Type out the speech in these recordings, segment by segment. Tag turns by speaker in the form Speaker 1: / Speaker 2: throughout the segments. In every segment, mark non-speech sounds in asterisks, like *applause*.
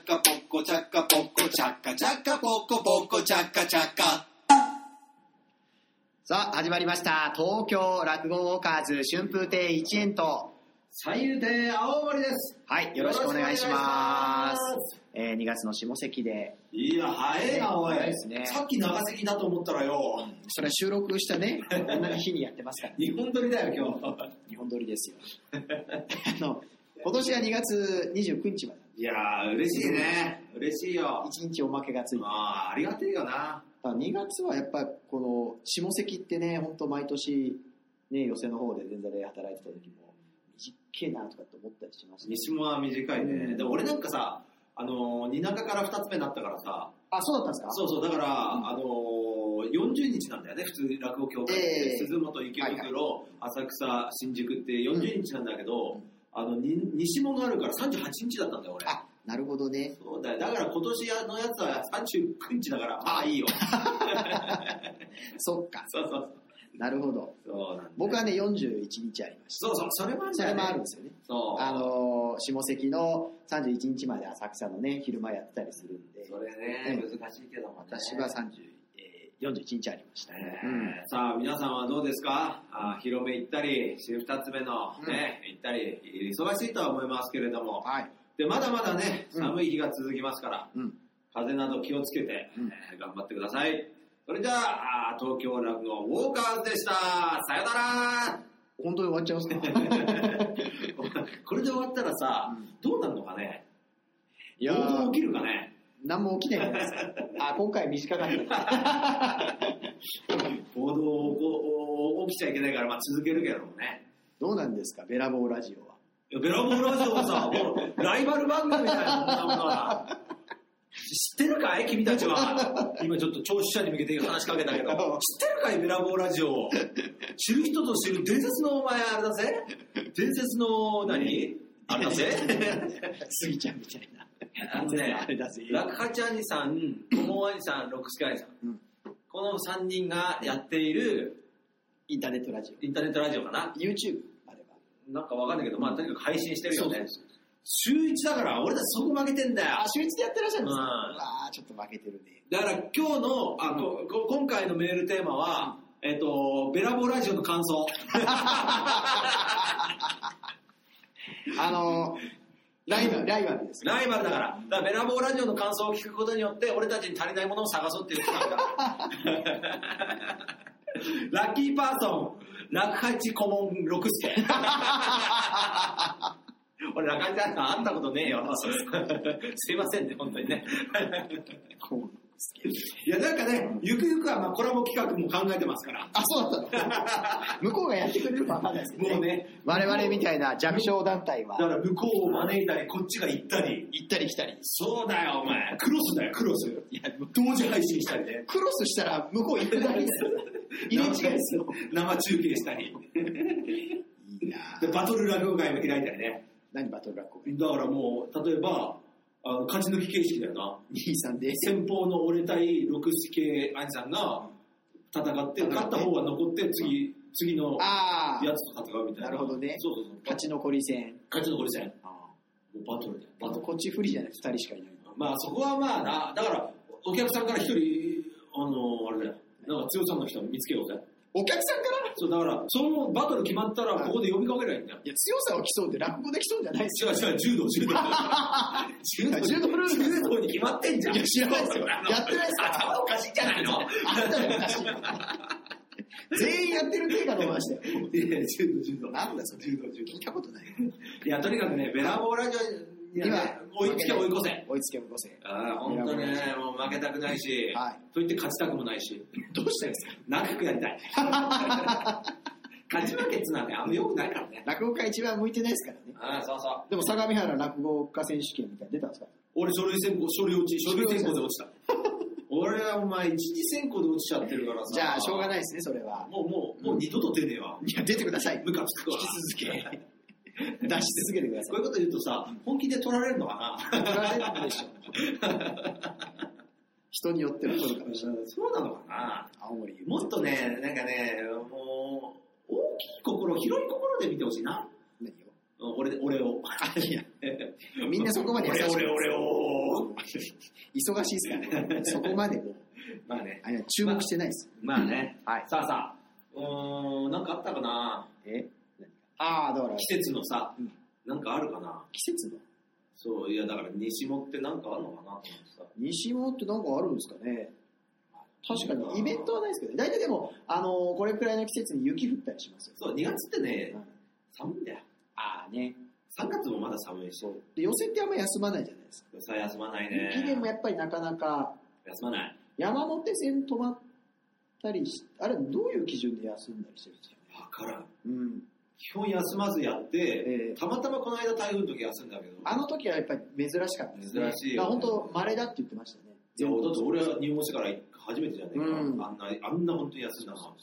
Speaker 1: チャカポコチャカチャカポコポコチャカチャカ
Speaker 2: さあ、始まりました。東京落語ウォーカーズ春風亭一円と、
Speaker 1: 三遊亭青森です
Speaker 2: はい、よろしくお願いします。
Speaker 1: よろしく
Speaker 2: えー、2月の下関で、
Speaker 1: いや早いなおい、
Speaker 2: 早いですね
Speaker 1: さっき長崎だと思ったらよ
Speaker 2: それは収録したね、同じ日にやってますから、
Speaker 1: 日本撮りだよ今日
Speaker 2: 日本撮り *laughs* ですよ。あの、今年は2月29日まで、
Speaker 1: いやー嬉しいね嬉しいよ
Speaker 2: 1日おまけがついて、
Speaker 1: まあありがてえよな
Speaker 2: 2月はやっぱりこの下関ってね、本当毎年、ね、寄席の方で前座で働いてた時も、短っけえなとかって思ったりしました、
Speaker 1: 西もは短いね、
Speaker 2: うん
Speaker 1: でも俺なんかさあのー蜷中から2つ目になったからさ
Speaker 2: あ、そうだったんですか
Speaker 1: そうそうだから、
Speaker 2: ん
Speaker 1: あのー40日なんだよね普通落語協会って、
Speaker 2: ええ
Speaker 1: 鈴本池
Speaker 2: はい
Speaker 1: 袋、浅草新宿って40日なんだけど、あのに西もがあるから38日だったんだよ俺
Speaker 2: あ、なるほどね。
Speaker 1: そうだよだから今年のやつは39日だからああいいよ *laughs*
Speaker 2: そっか、
Speaker 1: そうそう
Speaker 2: なるほど。
Speaker 1: そうそうなんだ
Speaker 2: 僕はね、41日ありました。
Speaker 1: そうそうそれもあるん
Speaker 2: そ
Speaker 1: だ
Speaker 2: れ
Speaker 1: よね
Speaker 2: もあるんですよね。
Speaker 1: そう
Speaker 2: あのー下関の31日まで浅草のね、昼間やってたりするんで、
Speaker 1: それね難しいけどもね
Speaker 2: 私は30、えー41日ありましたね。うん
Speaker 1: えーさあ皆さんはどうですかあー広め行ったり週2つ目のね、行ったり忙しいとは思いますけれども
Speaker 2: はい。
Speaker 1: でまだまだね
Speaker 2: うん
Speaker 1: 寒い日が続きますから、
Speaker 2: うん
Speaker 1: 風邪など気をつけて、
Speaker 2: うん
Speaker 1: えー頑張ってくださいそれじゃああー東京落語ウォーカーズでしたさよなら
Speaker 2: 本当に終わっちゃいますか
Speaker 1: これで終わったらさ、
Speaker 2: うん
Speaker 1: どうなるのかね
Speaker 2: *laughs* いや
Speaker 1: 暴動
Speaker 2: ー
Speaker 1: 起、きるかね
Speaker 2: 何も起きないじゃないですか。あ、今回短かった。
Speaker 1: 暴動をこう起きちゃいけないから、まあ、続けるけどもね
Speaker 2: どうなんですか、ベラボーラジオは。
Speaker 1: いやベラボーラジオはさ、もうライバル番組みたいなもんだものは。知ってるかい君たちは。今ちょっと聴取者に向けて話しかけたけど、知ってるかいベラボーラジオを。知る人ぞ知る伝説のお前あれだぜ。伝説の何あれだぜ。
Speaker 2: スギちゃんみたいな。
Speaker 1: あのね
Speaker 2: あれだぜ。
Speaker 1: ラクハチ兄さん、とも兄さん、ロックスカイさん。
Speaker 2: うん
Speaker 1: この3人がやっている
Speaker 2: インターネットラジ
Speaker 1: インターネットラジオかな
Speaker 2: オ。。YouTube あれば。
Speaker 1: なんかわかんないけど、まあとにかく配信してるよね。
Speaker 2: そう
Speaker 1: 週1だから俺たちそこ負けてんだよ。
Speaker 2: あ、週一でやってらっしゃるんですか、
Speaker 1: うん
Speaker 2: うわーちょっと負けてるね。
Speaker 1: だから今日の、あ、ここ今回のメールテーマは、えっと、ベラボーラジオの感 *laughs* 想。
Speaker 2: あのー、ライバル、ライバルです。
Speaker 1: ライバルだから。だからベラボーラジオの感想を聞くことによって、俺たちに足りないものを探そうっていう企画 *laughs* だ。ラッキーパーソン、落八顧問六助。 *laughs* 俺、落八さん会ったことねえよ。 *laughs* すいませんね、本当にね。
Speaker 2: こうなんですけど
Speaker 1: いや、なんかね、ゆくゆくはまあコラボ企画も考えてますから。
Speaker 2: あ、そうだったの向こうがやってくれるかわかんないですけど、
Speaker 1: もうね
Speaker 2: 我々みたいな弱小団体は
Speaker 1: だから向こうを招いたり、こっちが行ったり。
Speaker 2: 行ったり来たり。
Speaker 1: そうだよ、お前。クロスだよ、クロス。同時配信したりね。
Speaker 2: クロスしたら向こう行くだけですよ。入れ *laughs* 違いですよ。
Speaker 1: 生中継したり。
Speaker 2: いいなぁ
Speaker 1: でバトル落語会も開いたりね。
Speaker 2: 何バトル学校が
Speaker 1: だからもう、例えば、あの勝ち抜き形式だよな。
Speaker 2: ?23 で。
Speaker 1: 先方の俺対六四系兄さんが戦って、
Speaker 2: 戦って
Speaker 1: 勝った方が残って、次、次の
Speaker 2: あ
Speaker 1: や
Speaker 2: あ、
Speaker 1: つと戦うみたいな。
Speaker 2: なるほどね
Speaker 1: そうそうそう。
Speaker 2: 勝ち残り戦。
Speaker 1: 勝ち残り戦。
Speaker 2: あ
Speaker 1: もうバトルだよ。バト
Speaker 2: と
Speaker 1: ル。
Speaker 2: こっち不利じゃない2人しかいない。
Speaker 1: まあそこはまあな、だから、お客さんから一人、あの、あれだよ。なんか強さの人見つけようぜ。
Speaker 2: お客さんから
Speaker 1: そう、だから、そのバトル決まったら、ここで呼びかけりゃいいんだよ。
Speaker 2: いや強さを競うって落語で競うんじゃないですよ。
Speaker 1: 違う違う、柔道、柔道。柔
Speaker 2: 道 *laughs* 柔道ルール
Speaker 1: 柔道に決まってんじゃん。
Speaker 2: いや知らないですよ
Speaker 1: あの
Speaker 2: やってないですよ
Speaker 1: 頭おかしいんじゃないの
Speaker 2: *laughs* 全員やってる手が伸ばしたよ。
Speaker 1: いや、柔道、柔道。
Speaker 2: なんだそれ。
Speaker 1: 柔道、柔道。
Speaker 2: 聞いたことない。
Speaker 1: いや、とにかくね、ベラボーラジオにはね、追いつけ追い越せ。。
Speaker 2: 追いつけ追い越せ。
Speaker 1: ああ、本当ね、もう負けたくないし、
Speaker 2: はい
Speaker 1: と言って勝ちたくもないし、 *laughs*
Speaker 2: どうしたんですか
Speaker 1: 長くやりた *laughs* い。勝ち負けっつうのはね、あんま良くないからね。
Speaker 2: 落語家一番向いてないですからね。
Speaker 1: ああ、そうそう。
Speaker 2: でも相模原落語家選手権みたいに出たんですか
Speaker 1: 俺書類選考、書類落ち、書類選考で落ちた。 *laughs* 俺はお前、一次選考で落ちちゃってるからさ。
Speaker 2: じゃあ、しょうが
Speaker 1: ない。
Speaker 2: ないですね、それは。
Speaker 1: もう、もう、もう二度と出ねえわ。
Speaker 2: いや、出てください。
Speaker 1: ムカつくわ。
Speaker 2: 引き続け。出し続けてくだ
Speaker 1: *laughs* こういうこと言うとさ、本気で取られるのか
Speaker 2: *laughs*
Speaker 1: な
Speaker 2: さい。取られるでしょ。人によっては取るかもしれない。
Speaker 1: そうなのかな
Speaker 2: 青森
Speaker 1: もっとね、なんかね、もう、大きい心、広い心で見てほしいな。
Speaker 2: 何を
Speaker 1: うん俺、俺を。 *laughs*
Speaker 2: いやみんなそこまで優しく
Speaker 1: 俺、俺、俺を。
Speaker 2: 忙しいですからね。 *laughs* そこまでもう、
Speaker 1: まあね。
Speaker 2: あれは注目してないです。
Speaker 1: まあね。
Speaker 2: はい。
Speaker 1: さあさあ、うーん、なんかあったかな
Speaker 2: えああ、だから、
Speaker 1: 季節のさ
Speaker 2: うん、
Speaker 1: なんかあるかな
Speaker 2: 季節の
Speaker 1: そう、いやだから西もってなんかあるのかなと思ってさ。
Speaker 2: 西物ってなんかあるんですかね確かに、イベントはないですけど、大体でも、あのーこれくらいの季節に雪降ったりしますよ。
Speaker 1: そう、2月ってね
Speaker 2: うん、
Speaker 1: 寒いんだよ。
Speaker 2: ああね。
Speaker 1: 3月もまだ寒いし、
Speaker 2: で、予選ってあんま休まないじゃないですか。
Speaker 1: さ休まないね。
Speaker 2: 雪でもやっぱりなかなか、
Speaker 1: 休まない。
Speaker 2: 山手線止まったりし、あれ、どういう基準で休んだりしてるんですかね
Speaker 1: わからん。
Speaker 2: うん。
Speaker 1: 基本休まずやって、
Speaker 2: えー
Speaker 1: たまたまこの間台風の時休んだけど。
Speaker 2: あの時はやっぱり珍しかったですね。
Speaker 1: 珍しいよ
Speaker 2: まあ本当、稀だって言ってましたね。
Speaker 1: いや、だって俺は入門してから初めてじゃねえか。
Speaker 2: うん
Speaker 1: あんな、あんな本当に休んだのは。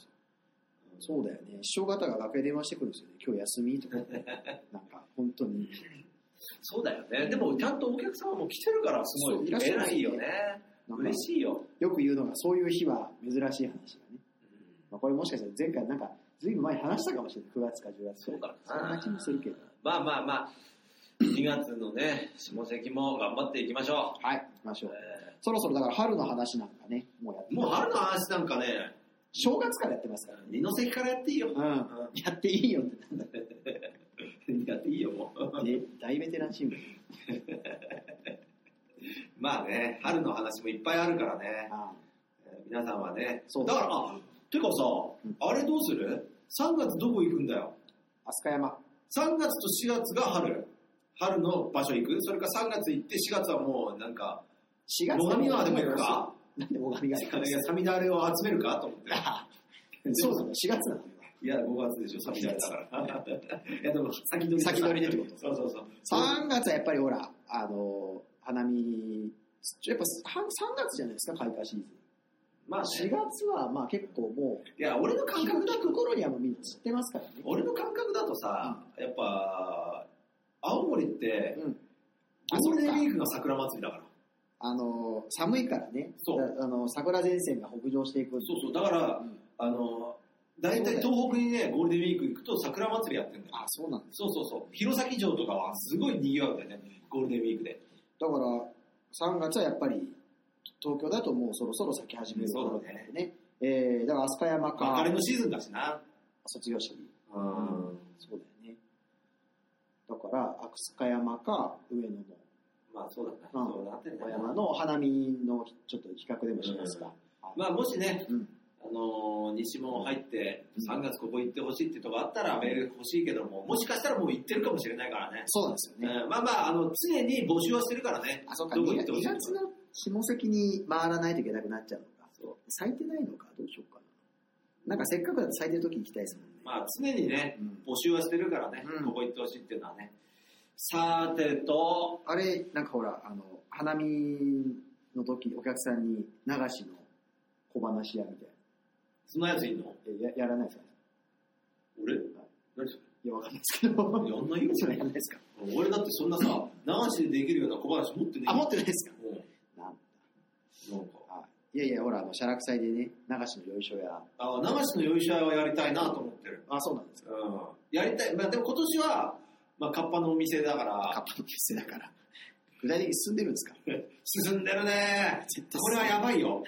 Speaker 2: そうだよね。師匠方が楽屋電話してくるんですよね。今日休みとか。
Speaker 1: *laughs*
Speaker 2: なんか、本当に。
Speaker 1: そうだよね。でも、ちゃんとお客様も来てるから、すご
Speaker 2: そう
Speaker 1: い。
Speaker 2: いらっしゃいます
Speaker 1: 偉
Speaker 2: ね
Speaker 1: いよね。
Speaker 2: なんか
Speaker 1: 嬉しいよ。
Speaker 2: よく言うのが、そういう日は珍しい話がね。まあ、これもしかしたら前回なんか、ずいぶん前に話したかもしれない。9月か10月
Speaker 1: そうか
Speaker 2: そんな気もするけど。
Speaker 1: まあまあまあ、2月のね、下関も頑張っていきましょ
Speaker 2: はい、行きまし
Speaker 1: う
Speaker 2: ょう。。そろそろだから春の話なんかね、もうやって
Speaker 1: もう春の話なんかね、
Speaker 2: 正月からやってますからね。
Speaker 1: 二の関からやっていい
Speaker 2: *laughs*
Speaker 1: よ。
Speaker 2: うん。やっていいよってなんだ
Speaker 1: うんやっていいよ、もう。
Speaker 2: ね大ベテラン新聞。
Speaker 1: まあね、春の話もいっぱいあるからね。
Speaker 2: あ
Speaker 1: えー皆さんはね。
Speaker 2: そう
Speaker 1: だから、あ、てかさ
Speaker 2: うん、
Speaker 1: あれどうする ?3 月どこ行くんだよ。
Speaker 2: あ飛鳥山。
Speaker 1: 3月と4月が春。春の場所行くそれか3月行って4月はもうなんか、
Speaker 2: 4
Speaker 1: 最
Speaker 2: 月
Speaker 1: 上川でも行くか
Speaker 2: なんで最上川行くん
Speaker 1: い
Speaker 2: です
Speaker 1: や、
Speaker 2: か
Speaker 1: サミダレを集めるかと思って。
Speaker 2: あそうなの、4月なのよ。
Speaker 1: いや、5月でしょ、サミダレだから。いや、でも先取り
Speaker 2: 先取りでってこと
Speaker 1: そうそうそう。
Speaker 2: 3月はやっぱりほら、あの、花見、やっぱ3月じゃないですか、開花シーズン。
Speaker 1: まあ、ね、
Speaker 2: 4月はまあ結構もう、
Speaker 1: いや、俺の感
Speaker 2: 感
Speaker 1: 覚
Speaker 2: 覚
Speaker 1: だ
Speaker 2: だ
Speaker 1: と
Speaker 2: と、ころにはもうみんな知ってますからね。
Speaker 1: 俺の感覚だとさ、やっぱ、青森って、
Speaker 2: うん。あ
Speaker 1: ゴールデンウィ
Speaker 2: そ
Speaker 1: ークが桜祭りだから。
Speaker 2: あの、寒いからね、
Speaker 1: そう
Speaker 2: だあの桜前線が北上していくんで
Speaker 1: そうそう、だから、
Speaker 2: うん
Speaker 1: あの、大体東北にね、ゴールデンウィーク行くと桜祭りやってんだよ。
Speaker 2: あ、そうなんだ。
Speaker 1: そうそうそう。弘前城とかはすごい賑わうんだよね、ゴールデンウィークで。
Speaker 2: だから、3月はやっぱり、東京だともうそろそろ咲き始めるところでね。えー、だから、飛鳥山か、
Speaker 1: 別れのシーズンだしな。
Speaker 2: 卒業式。
Speaker 1: う
Speaker 2: そうだよね。だから、飛鳥山か、上野の
Speaker 1: まあそうだな。
Speaker 2: うん
Speaker 1: そうなってんだ
Speaker 2: 小
Speaker 1: よ
Speaker 2: 山
Speaker 1: な
Speaker 2: の花見のちょっと比較でもしますか。
Speaker 1: まあもしね、
Speaker 2: うん。
Speaker 1: あのー西門入って
Speaker 2: うん
Speaker 1: 3月ここ行ってほしいってとこあったらメール欲しいけども、もしかしたらもう行ってるかもしれないからね。
Speaker 2: そうなんですよね。
Speaker 1: うんまあまあ、あの、常に募集はしてるからね。
Speaker 2: あ、そうか、
Speaker 1: どこ
Speaker 2: 2
Speaker 1: 行って
Speaker 2: 月
Speaker 1: ほしい
Speaker 2: の下関に回らないといけなくなっちゃうのか。
Speaker 1: そう
Speaker 2: 咲いてないのか、どうしようかな。なんかせっかくだと咲いてる時に行きたいですもんね。
Speaker 1: まあ常にね、
Speaker 2: うん
Speaker 1: 募集はしてるからね、
Speaker 2: うん
Speaker 1: ここ行ってほしいっていうのはね。さてと、
Speaker 2: あれ、なんかほら、あの、花見の時、お客さんに流しの小話やみたい
Speaker 1: そのやついんの
Speaker 2: な。えややらないですか
Speaker 1: 俺何そ
Speaker 2: いや、わかんないですけど。
Speaker 1: れやんないよ。
Speaker 2: それやらないですか
Speaker 1: 俺だってそんなさ、流しでできるような小話持ってねえよ
Speaker 2: あ、持ってないですかなん
Speaker 1: うんなんか。
Speaker 2: はいいやいや、ほら、あの、写楽祭でね、流しのよいしょや。
Speaker 1: あ、流しのよいしょはやりたいなと思ってる。
Speaker 2: あ、そうなんですか。
Speaker 1: うん。やりたい。まあでも今年は、まあカッパのお店だか
Speaker 2: カッ
Speaker 1: ら、
Speaker 2: パの結成だから。具体的に進んでるんですか
Speaker 1: 進んでるね。
Speaker 2: 絶対
Speaker 1: これはやばいよ。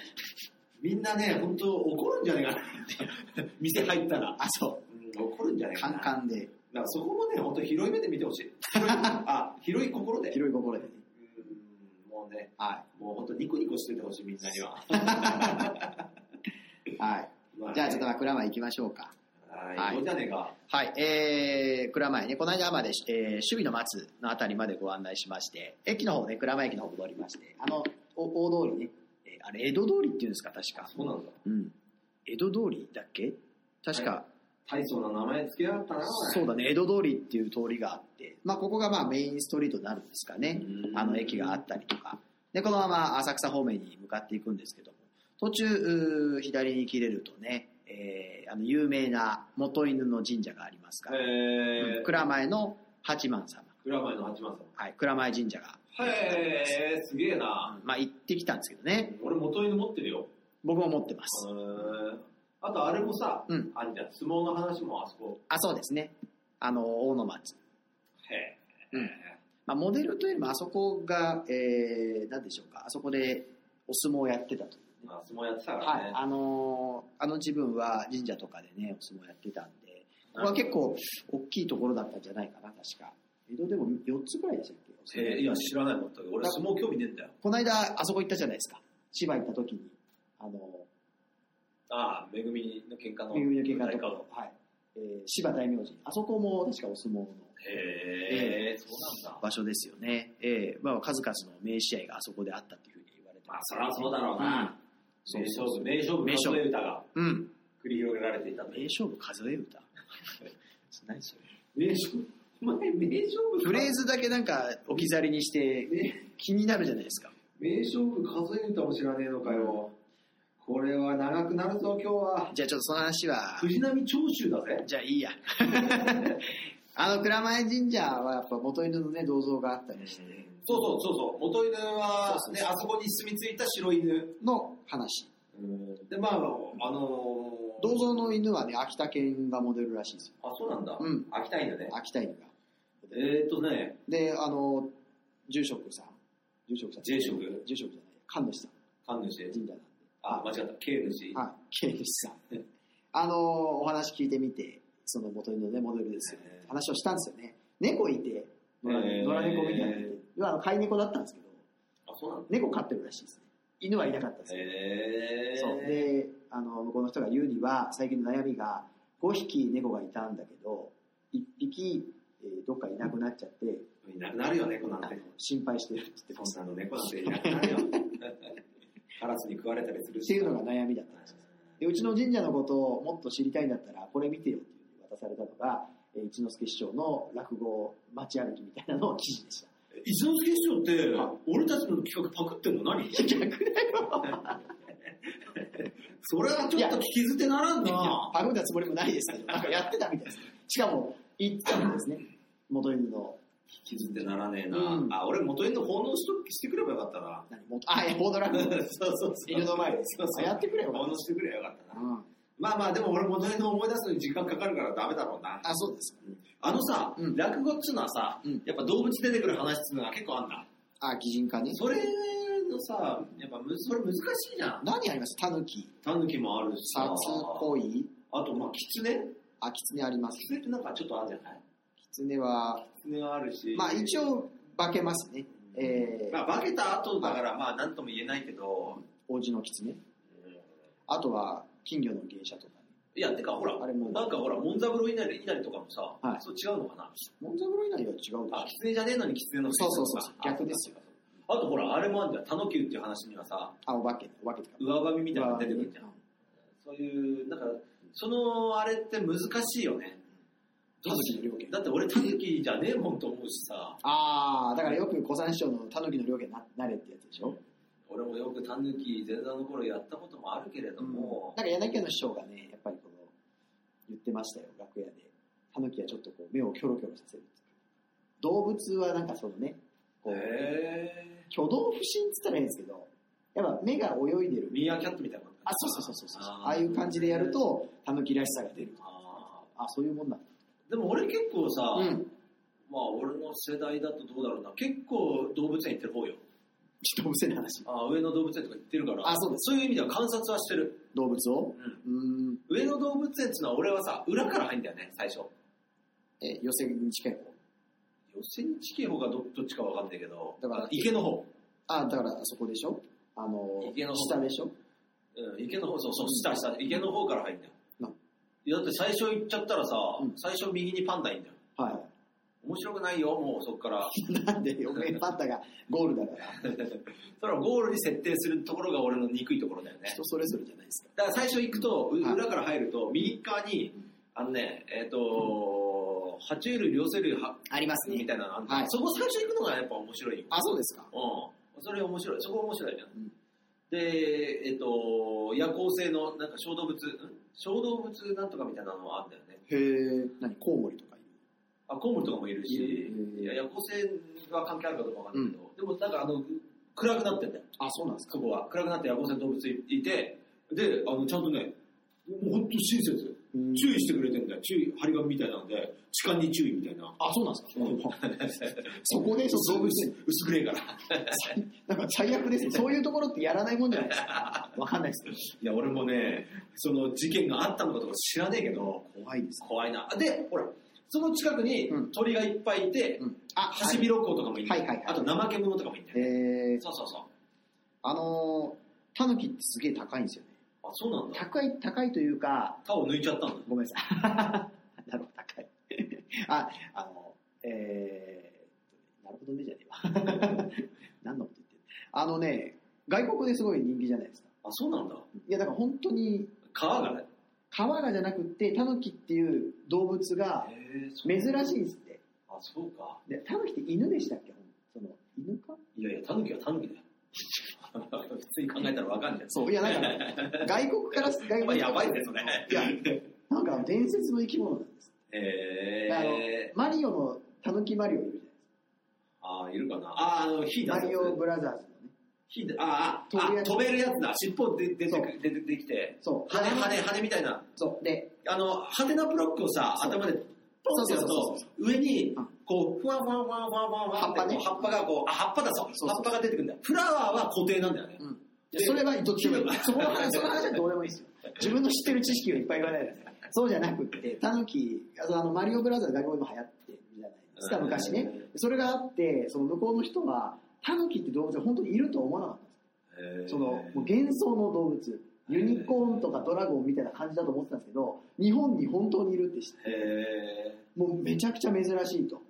Speaker 1: みんなね、本当怒るんじゃねえかな。店入ったら。
Speaker 2: あ、そ
Speaker 1: うん、怒るんじゃね
Speaker 2: う。
Speaker 1: えか
Speaker 2: カ
Speaker 1: な。
Speaker 2: ンカンで、
Speaker 1: だからそこもね、本当広い目で見てほしい。広いあ、広い心で。
Speaker 2: 広い心でね。
Speaker 1: うん、もうね、
Speaker 2: は
Speaker 1: もう本当ニコニコしててほしい、みんなには。
Speaker 2: い。はい。
Speaker 1: ま
Speaker 2: じゃあ、ちょっと枕前行きましょうか。
Speaker 1: はい、こうじゃねえか。
Speaker 2: はい、えー、蔵前ね、この間まで、えー、守備の松のあたりまでご案内しまして、駅の方ね、蔵前駅の方戻りまして、あの、お大通りね、えーあれ、江戸通りっていうんですか、確か。
Speaker 1: そうなんだ。
Speaker 2: うん。江戸通りだっけ確か、
Speaker 1: 大層な名前つけやがったな、
Speaker 2: そうだね、江戸通りっていう通りがあって、まあ、ここがまあメインストリートになるんですかね。あの駅があったりとか。で、このまま浅草方面に向かっていくんですけども、途中、うー左に切れるとね、えーあの、有名な元犬の神社がありますから、
Speaker 1: えー、
Speaker 2: 蔵前の八幡様、
Speaker 1: 蔵前の八幡
Speaker 2: はい、蔵前神社が、
Speaker 1: さん。へー、すげえな。
Speaker 2: まあ、行ってきたんですけどね、
Speaker 1: 俺元犬持ってるよ。
Speaker 2: 僕も持ってます。
Speaker 1: うんあとあれもさ、
Speaker 2: うん
Speaker 1: あんじゃん相撲の話もあそこ。
Speaker 2: あ、そうですね。あの、大野町。
Speaker 1: へ
Speaker 2: うんまあ、モデルというよりもあそこが、えー、なんでしょうか、あそこでお相撲をやってたというね、
Speaker 1: まあ、相撲やってたか
Speaker 2: は
Speaker 1: ら
Speaker 2: い
Speaker 1: ね。、
Speaker 2: あのーあの自分は神社とかでね、お相撲やってたんで、ここは結構大きいところだったんじゃないかな、確か。江戸でも4つぐらいでしたっけお相撲
Speaker 1: えーいや、知らないもんだけど、俺相撲興味ねえんだよ。
Speaker 2: この間、あそこ行ったじゃないですか。千葉行った時に、あの
Speaker 1: ああ、めぐみの喧嘩の。
Speaker 2: ー、めぐみの喧嘩
Speaker 1: 大
Speaker 2: と
Speaker 1: 会
Speaker 2: か、はい。えー、芝大明神。あそこも確かお相撲の
Speaker 1: へえ、そうなんだ。
Speaker 2: 場所ですよね。えー、まあ数々の名試合があそこであったっていうふうに言われて
Speaker 1: まあ、
Speaker 2: ます、
Speaker 1: そりゃそうだろうな。
Speaker 2: うん
Speaker 1: 名勝負、名勝負、
Speaker 2: 名
Speaker 1: 名
Speaker 2: 勝負
Speaker 1: 勝負歌が
Speaker 2: うん。うん。
Speaker 1: 繰り広げられていたと
Speaker 2: 名勝負数
Speaker 1: *laughs*
Speaker 2: え歌何それ
Speaker 1: 名勝負お前、名勝負
Speaker 2: フレーズだけなんか置き去りにして気になるじゃないですか。
Speaker 1: 名勝負数え歌も知らねえのかよ。これは長くなるぞ、今日は。
Speaker 2: じゃあちょっとその話は、
Speaker 1: 藤波長州だぜ。
Speaker 2: じゃあいいや。 *laughs* あの蔵前神社はやっぱ元犬のね銅像があったりして
Speaker 1: そうそうそうそう。元犬は
Speaker 2: そうそう
Speaker 1: ね、
Speaker 2: そう
Speaker 1: あそこに住み着いた白犬。
Speaker 2: の話。
Speaker 1: で、まあ、あのー
Speaker 2: 銅像の犬はね秋田犬がモデルらしいですよ。
Speaker 1: あ、そうなんだ。
Speaker 2: うん
Speaker 1: 飽きたいんだね。
Speaker 2: 秋田犬が。
Speaker 1: えーっとね、
Speaker 2: であの住職さん、住職さん、
Speaker 1: 住職
Speaker 2: 住職じゃない、神主さん、
Speaker 1: 神主。
Speaker 2: 神社なんで。
Speaker 1: あ、間違った。K 主。
Speaker 2: はい、刑事さん。あの、お話聞いてみて、その元のね、モデルですよね
Speaker 1: え。ー
Speaker 2: 話をしたんですよね。猫いて、野良
Speaker 1: えー
Speaker 2: 野良猫みたいなのいて。要はあの飼い猫だったんですけど、
Speaker 1: あ、そうなんだ。
Speaker 2: 猫飼ってるらしいですね。犬はいなかったですね。
Speaker 1: へえ。
Speaker 2: そうで、あの、向こうの人が言うには、最近の悩みが、5匹猫がいたんだけど、1匹、えーどっかいなくなっちゃって、
Speaker 1: いなくなるよ、猫な
Speaker 2: あ
Speaker 1: ん
Speaker 2: の
Speaker 1: て。
Speaker 2: 心配してるって言ってます。
Speaker 1: そんなの猫なんていなくな *laughs* るよ。カラスに食われたりする
Speaker 2: っていうのが悩みだったんですよでうちの神社のことをもっと知りたいんだったらこれ見てよっていうふうに渡されたのが、えー一之輔師匠の落語街歩きみたいなのの記事でした
Speaker 1: 一之輔師匠って
Speaker 2: はい、
Speaker 1: 俺たちの企画パクってんの何
Speaker 2: 逆だよ
Speaker 1: それはちょっと聞き捨てならんな。
Speaker 2: パクったつもりもないですけどなんかやってたみたいですしかも行ったんですね元犬の
Speaker 1: 聞き捨てならねえな。
Speaker 2: うん
Speaker 1: あ、俺元への奉納しとしてくればよかったな。
Speaker 2: 何元あえボード落
Speaker 1: *laughs*
Speaker 2: 語 *laughs*
Speaker 1: そうそうそう。
Speaker 2: 犬の前です
Speaker 1: そうそう
Speaker 2: あやってくれよ
Speaker 1: 奉納してくればよかったな。
Speaker 2: うん
Speaker 1: まあまあ、でも俺元への思い出すのに時間かかるからダメだろうな。
Speaker 2: あそうですか
Speaker 1: あのさ、
Speaker 2: うん
Speaker 1: 落語っつうのはさ、
Speaker 2: うん
Speaker 1: やっぱ動物出てくる話っつうのが結構あんだ。
Speaker 2: あ擬人化ね
Speaker 1: それのさ、やっぱむそれ難しいじゃん。
Speaker 2: 何ありますタヌキ
Speaker 1: タヌキもあるし
Speaker 2: サ
Speaker 1: さ、
Speaker 2: ツコイ
Speaker 1: あとまあ、キツネ
Speaker 2: あキツネあります
Speaker 1: キツネってなんかちょっとあるじゃない
Speaker 2: キツネは
Speaker 1: キツネはあるし。
Speaker 2: まあ一応化けますねえー
Speaker 1: まあ、化けた後だからまあ、なんとも言えないけど、
Speaker 2: 王子の狐
Speaker 1: うん
Speaker 2: あとは金魚の芸者とかね
Speaker 1: いや、てかほら、
Speaker 2: あれも
Speaker 1: なんかほら、モンザブロイナリ稲荷とかもさ、
Speaker 2: はい
Speaker 1: そう違うのかな。
Speaker 2: モンザブロイナリは違うでしょ
Speaker 1: あ、キツネじゃねえのにキツネのせい
Speaker 2: そうそうそう逆ですよ。
Speaker 1: ああとほら、あれもあるじゃん。タヌキっていう話にはさ、
Speaker 2: あお化けお化けとか
Speaker 1: 上髪みたいなの出てくるじゃん
Speaker 2: う。
Speaker 1: そういう、なんか、そのあれって難しいよね。
Speaker 2: タヌキの猟犬
Speaker 1: だって俺タヌキじゃねえもんと思うしさ、
Speaker 2: ああだからよく小三師匠のタヌキの猟犬ななれってやつでしょ、
Speaker 1: 俺もよくタヌキ前座の頃やったこともあるけれども、
Speaker 2: なんか柳家の師匠がねやっぱりこの言ってましたよ楽屋でタヌキはちょっとこう目をキョロキョロさせるっていう動物はなんかそのねこう
Speaker 1: へえ。
Speaker 2: 挙動不審っつったらいいんですけどやっぱ目が泳いでる
Speaker 1: ミーアキャットみたいなこと
Speaker 2: あそうそうそうそうそう
Speaker 1: ー
Speaker 2: ああいう感じでやるとタヌキらしさが出る
Speaker 1: あ
Speaker 2: あそういうもんなんだ
Speaker 1: ーでも俺結構さ、
Speaker 2: うん
Speaker 1: まあ俺の世代だとどうだろうな、結構動物園行ってる方よ。
Speaker 2: 動物園の話
Speaker 1: あー上野動物園とか行ってるから、
Speaker 2: あそうです
Speaker 1: そういう意味では観察はしてる。
Speaker 2: 動物を
Speaker 1: うん
Speaker 2: うーん
Speaker 1: 上野動物園っていうのは俺はさ、裏から入んだよね、最初。
Speaker 2: え寄せに近い方
Speaker 1: 寄せに近い方がどどっちかわかんないけど、
Speaker 2: だから
Speaker 1: 池の方。
Speaker 2: あだからそこでしょあの
Speaker 1: 池の方
Speaker 2: 下でしょ
Speaker 1: うん、池の方、そうそう、下、下、池の方から入んだよ
Speaker 2: な。
Speaker 1: いやだって最初行っちゃったらさ、
Speaker 2: うん
Speaker 1: 最初右にパンダいんだよ。
Speaker 2: は
Speaker 1: 面白くないよ、もうそっから。
Speaker 2: いなんでよめパンダがゴールだから
Speaker 1: それはゴールに設定するところが俺の憎いところだよね。
Speaker 2: 人それぞれじゃないですか
Speaker 1: だから最初行くと、う
Speaker 2: はい
Speaker 1: 裏から入ると、右側に
Speaker 2: うん、
Speaker 1: あのね、えっ、と、爬虫類、両生類は
Speaker 2: あります
Speaker 1: みたいなのあんだ
Speaker 2: はい
Speaker 1: そこ最初行くのがやっぱ面白いよ。
Speaker 2: あそうですか
Speaker 1: うん。それ面白い。そこ面白いじゃん。
Speaker 2: うん
Speaker 1: で、えっと、夜行性の、なんか小動物、ん小動物なんとかみたいなのもあるんだよね。
Speaker 2: へえ何コウモリとかいる
Speaker 1: あ、コウモリとかもいるし、
Speaker 2: うん
Speaker 1: いや夜行性が関係あるかどうかわかんないけど、でもなんかあの、暗くなってんだよ、
Speaker 2: あそうなんです
Speaker 1: そこは。暗くなって夜行性の動物いて、で、あの、ちゃんとね、もうほんと親切。
Speaker 2: うん
Speaker 1: 注意してくれてんだよ。注意、張り紙みたいなんで、痴漢に注意みたいな。
Speaker 2: あ、そうなんですか。そこで、
Speaker 1: 動
Speaker 2: そう
Speaker 1: 物園薄くれえから。
Speaker 2: なんか最悪ですね。そういうところってやらないもんじゃないですか。わかんないです
Speaker 1: いや、俺もね、その事件があったのかとか知らねえけど、
Speaker 2: けど。怖いです。
Speaker 1: 怖いな。で、ほら、その近くに
Speaker 2: うん
Speaker 1: 鳥がいっぱいいて、
Speaker 2: うん。あ、
Speaker 1: ハシビロコウとかもいる、
Speaker 2: はいはいはい
Speaker 1: あと怠け者とかもいるんだよ、
Speaker 2: えー、
Speaker 1: そうそうそう。
Speaker 2: あのー、タヌキってすげえ高いんですよね。
Speaker 1: あ、そうなんだ。
Speaker 2: 高い、高いというか、
Speaker 1: 歯を抜いちゃったんだ。
Speaker 2: ごめんなさい。 *laughs* なるほど、高い。あ、あの、えー、なるほどねじゃねえわ。 *laughs* 何のこと言ってるあのね、外国ですごい人気じゃないですか。
Speaker 1: あ、そうなんだ。
Speaker 2: いや、だから本当に、
Speaker 1: 皮がね。
Speaker 2: 皮がじゃなくて、タヌキっていう動物が
Speaker 1: えそ
Speaker 2: 珍しいんですって。
Speaker 1: あ、そうか。
Speaker 2: で、タヌキって犬でしたっけその、犬か
Speaker 1: いやいや、タヌキはタヌキだよ。 *laughs* 普通に考えたらわかんない。
Speaker 2: そう、いや、なんか、外国から、外
Speaker 1: や
Speaker 2: 国
Speaker 1: っぱやばいね、
Speaker 2: す
Speaker 1: それ。
Speaker 2: いや、なんか伝説の生き物なんです。
Speaker 1: *laughs* え
Speaker 2: マリオの、タヌキマリオいるじ
Speaker 1: ー、あー、いるかな。あー、あの、火
Speaker 2: ゃな
Speaker 1: だ。
Speaker 2: いですか。マリオブラザーズのね。
Speaker 1: 火だ。あーあ、
Speaker 2: 飛ぶ
Speaker 1: あ
Speaker 2: やつ
Speaker 1: 飛べるやつだ。尻尾で出て
Speaker 2: そう
Speaker 1: く出て出てきて、
Speaker 2: そう。
Speaker 1: 羽、
Speaker 2: あの
Speaker 1: 羽、羽みたいな。
Speaker 2: そう。で、
Speaker 1: あの、ハテナブロックをさ、
Speaker 2: そう
Speaker 1: 頭でポンってやる
Speaker 2: そ
Speaker 1: と
Speaker 2: うそうそ、
Speaker 1: 上に
Speaker 2: うん、
Speaker 1: こう、ふわふわふわふわふわふわ
Speaker 2: 葉っぱね
Speaker 1: ってこう葉っぱがこう、あ、葉っぱだそう。
Speaker 2: そうそ
Speaker 1: 葉
Speaker 2: う
Speaker 1: っぱが出てくるんだよ。フラワーは固定なんだよね。
Speaker 2: うん
Speaker 1: で
Speaker 2: それはどっちでもい
Speaker 1: い
Speaker 2: い
Speaker 1: いよ
Speaker 2: そこの話、その話はどうでもいいですよ。自分の知ってる知識をいっぱい言わないです。そうじゃなくって、タヌキ、あのあのマリオブラザーズ外国でも流行ってるじゃないですか、昔ね。それがあって、その向こうの人は、タヌキって動物は本当にいるとは思わなかったんです。
Speaker 1: へー。
Speaker 2: そのもう幻想の動物ユニコーンとかドラゴンみたいな感じだと思ってたんですけど日本に本当にいるって知って
Speaker 1: へ
Speaker 2: もうめちゃくちゃ珍しいと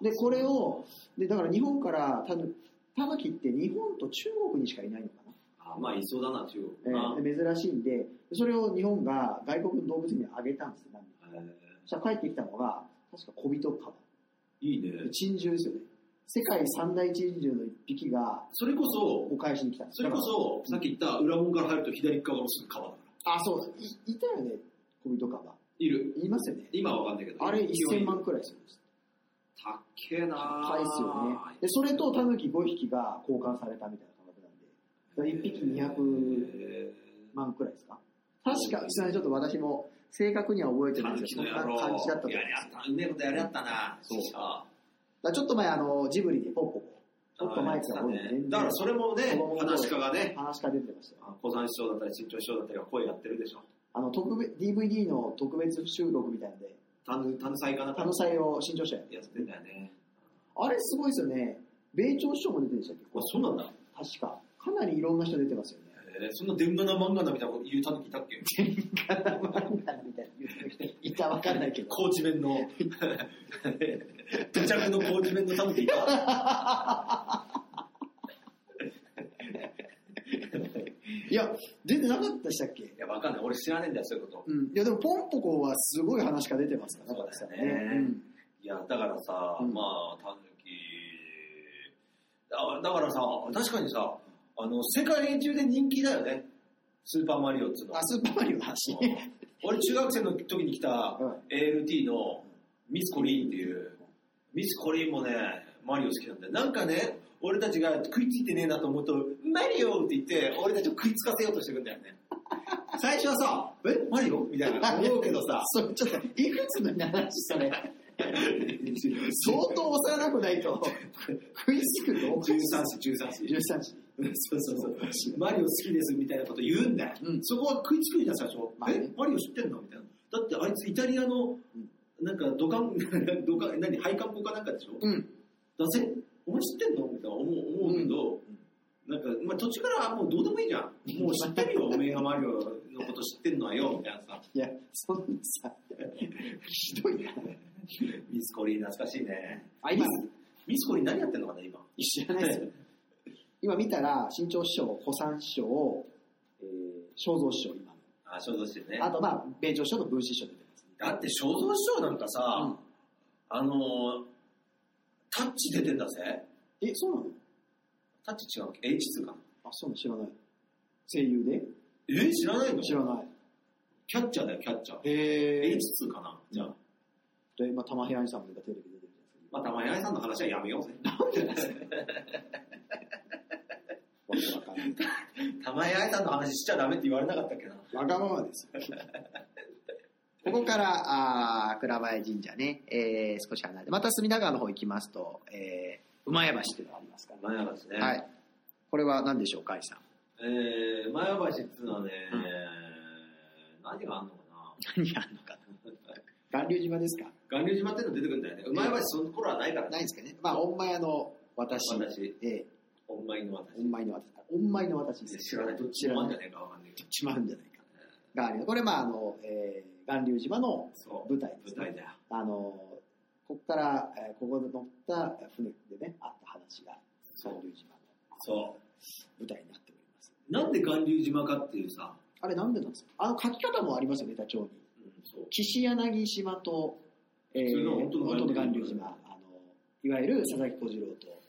Speaker 2: でこれをでだから日本からタヌタヌキって日本と中国にしかいないのか
Speaker 1: ー。あ、まあ、いそうだな、中国
Speaker 2: な、
Speaker 1: な。
Speaker 2: えー珍しいんでそれを日本が外国の動物園にあげたんですよ
Speaker 1: へー
Speaker 2: そしたら帰ってきたのが確か小人か
Speaker 1: いいね。
Speaker 2: 珍獣ですよね世界三大珍獣の一匹が
Speaker 1: それこそ、
Speaker 2: お返しに来たんです
Speaker 1: それこそ、さっき言った裏門から入ると左側がすぐ川だから。
Speaker 2: あそういいたよね小人かば
Speaker 1: いる。
Speaker 2: いますよね
Speaker 1: 今はわかんないけど。
Speaker 2: あれ1000
Speaker 1: 勢い。
Speaker 2: 万くらいするんです。
Speaker 1: たっけえな
Speaker 2: 高いですよね。で、それとタヌキ5匹が交換されたみたいな感覚なんで、1匹200
Speaker 1: へ
Speaker 2: 万くらいですか確か、すいません、ちょっと私も正確には覚え
Speaker 1: ー。
Speaker 2: て
Speaker 1: た
Speaker 2: ないん
Speaker 1: ぬ
Speaker 2: です
Speaker 1: き
Speaker 2: けど、
Speaker 1: の
Speaker 2: そん
Speaker 1: 野
Speaker 2: な
Speaker 1: 郎。
Speaker 2: 感じだったと思い
Speaker 1: や
Speaker 2: ます
Speaker 1: りあった。うめえことやりあったな。
Speaker 2: そう
Speaker 1: あー。
Speaker 2: だからちょっと前、あの、ジブリでポッポコ、ちょっと前から
Speaker 1: だ
Speaker 2: 覚
Speaker 1: ね
Speaker 2: えてない
Speaker 1: だからそれもね
Speaker 2: 子供、の頃
Speaker 1: 話し家がね、
Speaker 2: 話から出てましたよ。
Speaker 1: あ小山師匠だったり、新潮師匠だったりが声やってるでしょ。
Speaker 2: あの、特別、DVD の特別収録みたいなんで、
Speaker 1: タヌ、タヌサイかな
Speaker 2: タヌサイを新潮社やって
Speaker 1: やってんだよね。
Speaker 2: あれすごいですよね。米朝首相も出てるんでしたっ
Speaker 1: あ、そうなんだ。
Speaker 2: け確か。かなりいろんな人出てますよ
Speaker 1: え
Speaker 2: ね。
Speaker 1: ーそんな電話な漫画なみたいなこと言うタヌキいたっけ
Speaker 2: ガタマンダみたいな言ってる人いたわかんないけど。
Speaker 1: 高知弁 *laughs* の、土着の高知弁のタヌキいた。
Speaker 2: いや、出てなかったでしたっけ
Speaker 1: いや、わかんない。俺知らねえんだよ、そういうこと。
Speaker 2: うん。いや、でも、ポンポコはすごい話が出てますから、
Speaker 1: そうだよね
Speaker 2: だからねうん
Speaker 1: いや、だからさ、
Speaker 2: うん
Speaker 1: まあ、タヌキ、だだからさ、確かにさ、あの、世界中で人気だよね。スーパーマリオっつうのは
Speaker 2: あ、。スーパーマリオの話。
Speaker 1: 俺中学生の時に来た
Speaker 2: うん、
Speaker 1: ALT のミスコリーンっていう、ミスコリーンもね、マリオ好きなんだよ。なんかね、俺たちが食いついてねえなと思うと、マリオって言って、俺たちを食いつかせようとしてくんだよね。最初はさ、えマリオみたいな思うけどさ
Speaker 2: それちょっと、いくつの話、それ。相当幼くないと、食いつくのおかしい。
Speaker 1: 13歳、13歳。
Speaker 2: 13時。
Speaker 1: そうそうそう。マリオ好きですみたいなこと言うんだよ。
Speaker 2: うん
Speaker 1: そこは食いつくじゃん、最初。
Speaker 2: まあね
Speaker 1: え、マリオ知ってんのみたいな。だってあいつイタリアの、なんか土 *laughs* 管、土管、何、配管工かなんかでしょ
Speaker 2: うん。
Speaker 1: だせ、お前知ってんのみたいな思う思うけど、なんか、まあ、途中からもうどうでもいいじゃん。もう知ってるよ、おめえがマリオのこと知ってんのはよ、みたいなさ。
Speaker 2: いや、そんなさ、ひどいな。
Speaker 1: ミスコリー懐かしいね。
Speaker 2: あ、今、
Speaker 1: ミスコリー何やってんのかな、今。
Speaker 2: 知らないですよ。今見たら、新潮師匠、保山師匠、えー、正蔵師匠、今。
Speaker 1: あ、肖像師ね。
Speaker 2: あと、まあ、米朝師匠と文枝師匠出てます。
Speaker 1: だって肖像師匠なんかさ、
Speaker 2: うん
Speaker 1: あのー、タッチ出てんだぜ。
Speaker 2: え、そうなの
Speaker 1: タッチ違うっけ ?H2 かな
Speaker 2: あ、そうなの知らない。声優で
Speaker 1: えー知らないの
Speaker 2: 知らない。
Speaker 1: キャッチャーだよ、キャッチャー。
Speaker 2: へえ。
Speaker 1: H2 かなじゃあ。
Speaker 2: で、まあ、玉部屋さんもテレビで出てるんです
Speaker 1: まあ、玉井愛さんの話はやめようぜ。
Speaker 2: けど。わけわかんない。 *laughs*
Speaker 1: 玉井愛さんの話しちゃダメって言われなかったっけな。
Speaker 2: わがままですよ。ここから、あー倉前神社ね、えー少し離れて、また隅田川の方行きますと、えー馬屋橋っていうのがありますから、
Speaker 1: 前橋ですね。
Speaker 2: はい。これは何でしょう、甲斐さん。
Speaker 1: えー、前橋っていうのはね、
Speaker 2: うん
Speaker 1: 何があんのか
Speaker 2: 何があるのか。巌流島ですか
Speaker 1: な巌流島っていうの出てくるんだよね。前橋その頃はないからね。
Speaker 2: ないんですかね。まあ、御前の私。
Speaker 1: 私
Speaker 2: ええ
Speaker 1: お前の私。
Speaker 2: 御前の私。御前の私です。
Speaker 1: 知らない。どっち
Speaker 2: 知ら
Speaker 1: もあん
Speaker 2: な
Speaker 1: じ
Speaker 2: い。
Speaker 1: ゃねえかわかんないけど。
Speaker 2: しまうんじゃないか。がありこれ、まあ、あの、えー、巌流島の
Speaker 1: そう。
Speaker 2: 舞台で
Speaker 1: 舞
Speaker 2: すね
Speaker 1: 台だよ。
Speaker 2: あの、ここから、えーここで乗った船でね、あった話が、
Speaker 1: そう
Speaker 2: 巌流島の
Speaker 1: そ
Speaker 2: 舞台になっております。
Speaker 1: う。なんで巌流島かっていうさ、
Speaker 2: あれ、なんでなんですかあの、書き方もありますよね、ネタ帳に。
Speaker 1: うん、そう。
Speaker 2: 岸柳島と、え
Speaker 1: それが本当の
Speaker 2: 本当の巌
Speaker 1: 巌
Speaker 2: 流
Speaker 1: 流
Speaker 2: 島
Speaker 1: 島
Speaker 2: あの、いわゆる佐々木小次郎と、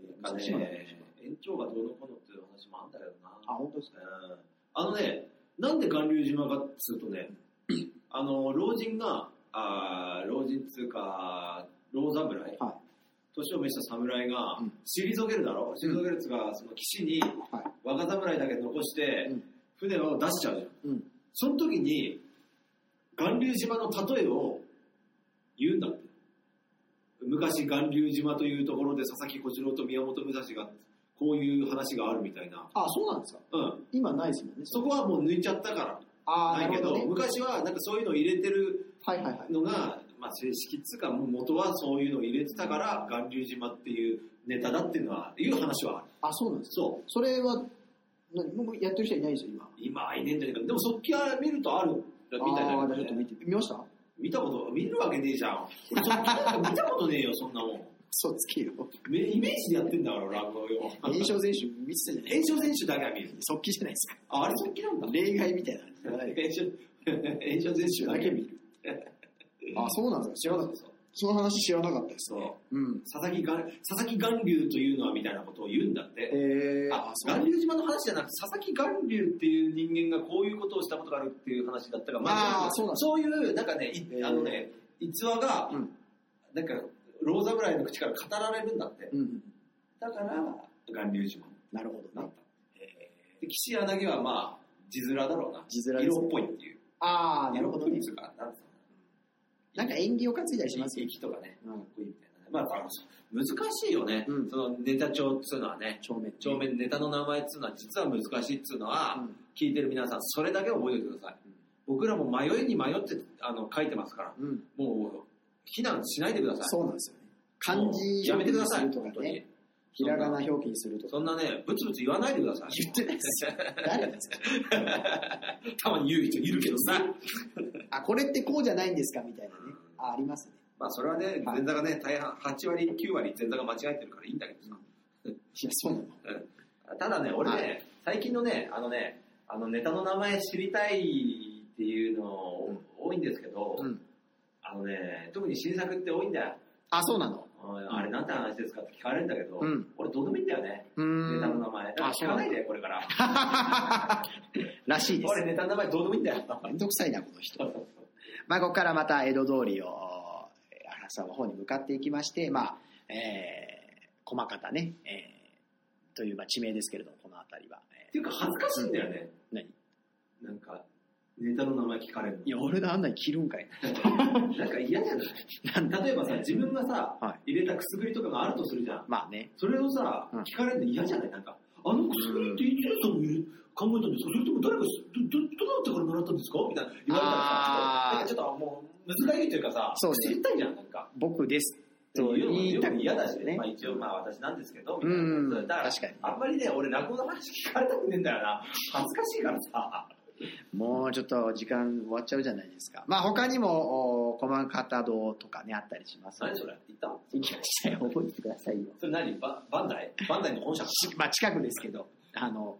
Speaker 2: えー
Speaker 1: なんか
Speaker 2: 武
Speaker 1: ね
Speaker 2: 蔵島の巌流島。
Speaker 1: 延長がどうのこうのっていう話もあんだけどな。
Speaker 2: あ、本当ですか
Speaker 1: うんあのね、なんで巌流島かっつうと *clears throat* ね、あの、老人が、あー老人っつうか、老侍、
Speaker 2: は
Speaker 1: 年を召した侍が
Speaker 2: うん、
Speaker 1: 退けるだろ退けるっつうか、その岸に
Speaker 2: い。はい。
Speaker 1: 若侍だけ残して
Speaker 2: うん、
Speaker 1: 船を出しちゃうじゃん。
Speaker 2: うん。
Speaker 1: その時に、巌流島の例えを言うんだって。昔巌流島というところで佐々木小次郎と宮本武蔵が、こういう話があるみたいな。
Speaker 2: あ、そうなんですか
Speaker 1: うん。
Speaker 2: 今ないですもんね。
Speaker 1: そこはもう抜いちゃったから。
Speaker 2: あ
Speaker 1: な
Speaker 2: ー
Speaker 1: いけど、
Speaker 2: ね
Speaker 1: 昔はなんかそういうのを入れてる
Speaker 2: はいはいはい。
Speaker 1: のが、まあ、正式っつうか、もう元はそういうのを入れてたから、巌流島っていうネタだっていうのは、いう話はある。
Speaker 2: あ、そうなんですか
Speaker 1: そう。
Speaker 2: それは、何もうやってる人いないですよ、今。
Speaker 1: 今はいねえんじゃねえか。でも、そっきは見るとあるみたいだ
Speaker 2: あ
Speaker 1: よ
Speaker 2: ーじゃあちょっと見
Speaker 1: ね。
Speaker 2: て、見ました
Speaker 1: 見たこと、見るわけねえじゃん。 *laughs* 俺そっきなんか見たことねえよ、そんなもん。
Speaker 2: そうつけよ。
Speaker 1: *laughs* めイメージでやってんだから、俺あのよ。
Speaker 2: 炎症選手見てたじゃない
Speaker 1: *laughs* 炎症選手だけは見る。
Speaker 2: 即帰じゃないですか。
Speaker 1: あ、あれそっきなんだ。
Speaker 2: 例外みたいな感じじゃない
Speaker 1: 炎症、 *laughs* 炎症選手だけ見る。
Speaker 2: る。あ、そうなんですか知らなかった。その話知らなかったですね。うん。
Speaker 1: 佐々木が佐々木巌流というのはみたいなことを言うんだって。
Speaker 2: えー、
Speaker 1: あ巌流島の話じゃなくて佐々木巌流っていう人間がこういうことをしたことがあるっていう話だったが、
Speaker 2: あーそうなんだ
Speaker 1: そういうなんかね、い
Speaker 2: えー
Speaker 1: あのね逸話が、
Speaker 2: うん
Speaker 1: なんか老侍の口から語られるんだって
Speaker 2: うん。
Speaker 1: だから巌流島
Speaker 2: なるほどね。
Speaker 1: で岸柳はまあ字面だろうな
Speaker 2: 字面ですね
Speaker 1: 色っぽいっていう
Speaker 2: あー、なる
Speaker 1: 色
Speaker 2: ほ
Speaker 1: っ
Speaker 2: ど
Speaker 1: ぽい
Speaker 2: ね
Speaker 1: って。いうかなんつうの
Speaker 2: なんか縁起を担いだりしますよ。
Speaker 1: 息とかね
Speaker 2: うん。
Speaker 1: こういうみたいなねまああの難しいよね、
Speaker 2: うん
Speaker 1: そのネタ帳っつうのはね
Speaker 2: 正面。
Speaker 1: 帳面ネタの名前っつうのは実は難しいっつうのは、
Speaker 2: うん。
Speaker 1: 聞いてる皆さん、それだけ覚えておいてください。
Speaker 2: うん
Speaker 1: 僕らも迷いに迷ってあの書いてますから、
Speaker 2: うん。
Speaker 1: もう、非難しないでください。
Speaker 2: そうなんですよね。漢字
Speaker 1: もうやめてください、
Speaker 2: とか
Speaker 1: 本当
Speaker 2: ね
Speaker 1: に。。
Speaker 2: ひらがな表記にするとか。
Speaker 1: そんなね、ブツブツ言わないでください。
Speaker 2: *laughs* 言ってないです誰ですか
Speaker 1: たまに言う人いるけどさ。
Speaker 2: *laughs* あ、これってこうじゃないんですかみたいなね
Speaker 1: うん。
Speaker 2: あ、ありますね。
Speaker 1: まあ、それはね、
Speaker 2: はい
Speaker 1: 前座がね、大半、8割、9割前座が間違えてるからいいんだけどさ。
Speaker 2: いや、そうなの。
Speaker 1: ただね、俺ね、
Speaker 2: は
Speaker 1: 最近のね、あのね、あのネタの名前知りたいっていうの、多いんですけど、
Speaker 2: うん。
Speaker 1: あのね、特に新作って多いんだよ。
Speaker 2: あ、そうなの。
Speaker 1: あれなんて話ですかって聞かれるんだけど、
Speaker 2: うん
Speaker 1: 俺どうでもいいんだよね。
Speaker 2: う
Speaker 1: ネタの
Speaker 2: ん。
Speaker 1: 名前。だから聞かないで、これから。
Speaker 2: らしいです。
Speaker 1: 俺ネタの名前どうでもいいんだよ。
Speaker 2: めんどくさいな、この人。まあ、ここからまた江戸通りを、えー荒沢の方に向かっていきまして、まあ、えー、駒方ね、えー、という、まあ、地名ですけれども、この辺りは。
Speaker 1: っ
Speaker 2: え
Speaker 1: ていうか恥ずかしいんだよね。
Speaker 2: 何
Speaker 1: なんか、ネタの名前聞かれるの
Speaker 2: ーいや、俺のあんなに切るんかい。
Speaker 1: なんか嫌じゃない
Speaker 2: なんだ。
Speaker 1: 例えばさ、自分がさ、
Speaker 2: は
Speaker 1: 入れたくすぐりとかがあるとするじゃん。
Speaker 2: まあね。
Speaker 1: それをさ、
Speaker 2: うん
Speaker 1: 聞かれるの嫌じゃないなんか、あのくすぐりっていつさんも考えたんですかそれとも誰がしど、ど、どなたからもらったんですかみたいな言われたらさ、なん
Speaker 2: あー
Speaker 1: かちょっともう難しいというかさ、
Speaker 2: そうね
Speaker 1: 知りたいじゃん、なんか。
Speaker 2: 僕です。
Speaker 1: そういうのも
Speaker 2: 言い
Speaker 1: よ
Speaker 2: たく
Speaker 1: く
Speaker 2: ない
Speaker 1: 嫌だし
Speaker 2: ね
Speaker 1: ね。まあ一応まあ私なんですけど、み
Speaker 2: う
Speaker 1: たいな。
Speaker 2: ん
Speaker 1: そうだから、
Speaker 2: 確かに
Speaker 1: あんまりね、俺落語の話聞かれたくねえんだよな。恥ずかしいからさ。 *laughs*
Speaker 2: もうちょっと時間終わっちゃうじゃないですか。まあ他にも、お駒方堂とかね、あったりしますので。
Speaker 1: 何それ言った
Speaker 2: 行きましたよ。覚えてくださいよ。
Speaker 1: それ何ババンダイバンダイの本社か
Speaker 2: しまあ近くですけど、あの、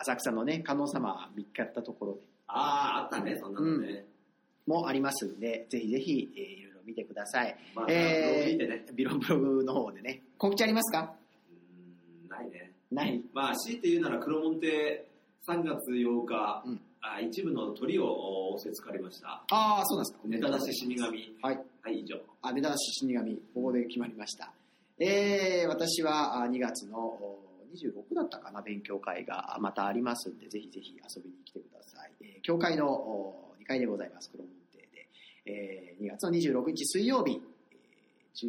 Speaker 2: 浅草のね、観音様見つかったところ
Speaker 1: ああ、あったね、そんなのね。
Speaker 2: もありますんで、ぜひぜひ、えーいろいろ見てください。
Speaker 1: まあ、
Speaker 2: えー
Speaker 1: 見てね。
Speaker 2: ビロブログの方でね。告知ありますか
Speaker 1: うーん、ないね。
Speaker 2: ない。
Speaker 1: まあ強いて言うなら黒門亭3月8日、
Speaker 2: うん
Speaker 1: あ一部の鳥をおせつかりました。
Speaker 2: ああ、そうなんですか。
Speaker 1: ネタ出し死神。は
Speaker 2: は
Speaker 1: い、
Speaker 2: い。
Speaker 1: 以上。
Speaker 2: あ、ネタ出し死神、ここで決まりました。えー、私はあ2月のお26だったかな、勉強会がまたありますんで、ぜひぜひ遊びに来てください。えー教会のお2階でございます、黒門亭えー2月の26日水曜日、えー18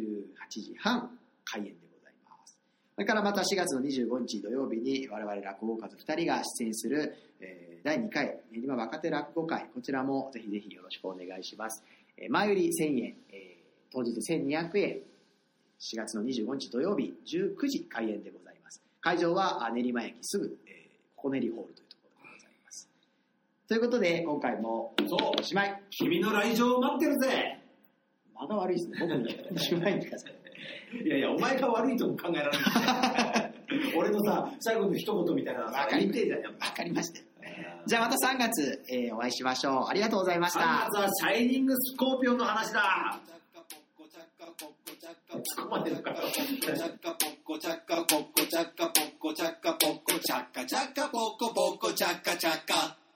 Speaker 2: 時半開演でございます。それからまた4月の25日土曜日に我々落語家族2人が出演する、えー第2回練馬若手落語会、こちらもぜひぜひよろしくお願いします。えー前売り1000円、えー当日1200円、4月の25日土曜日19時開演でございます。会場はあ練馬駅すぐ、えー、ココネリホールというところでございます。ということで、今回も
Speaker 1: そう
Speaker 2: おしまい。
Speaker 1: 君の来場を待ってるぜ
Speaker 2: 間が悪いですね。僕におしまいにください。
Speaker 1: いやいや、お前が悪いとも考えられない。俺のさ、最後の一言みたいなのさ
Speaker 2: わかり
Speaker 1: 言ってんじゃん、やっぱ。
Speaker 2: わかりました。じゃあまた3月、えーお会いしましょう。ありがとうございました。
Speaker 1: 3月はシャイニングスコーピオンの話だ突っ込まれるから。
Speaker 3: Chaka, chaka, poco, chaka, poco, chaka, chaka.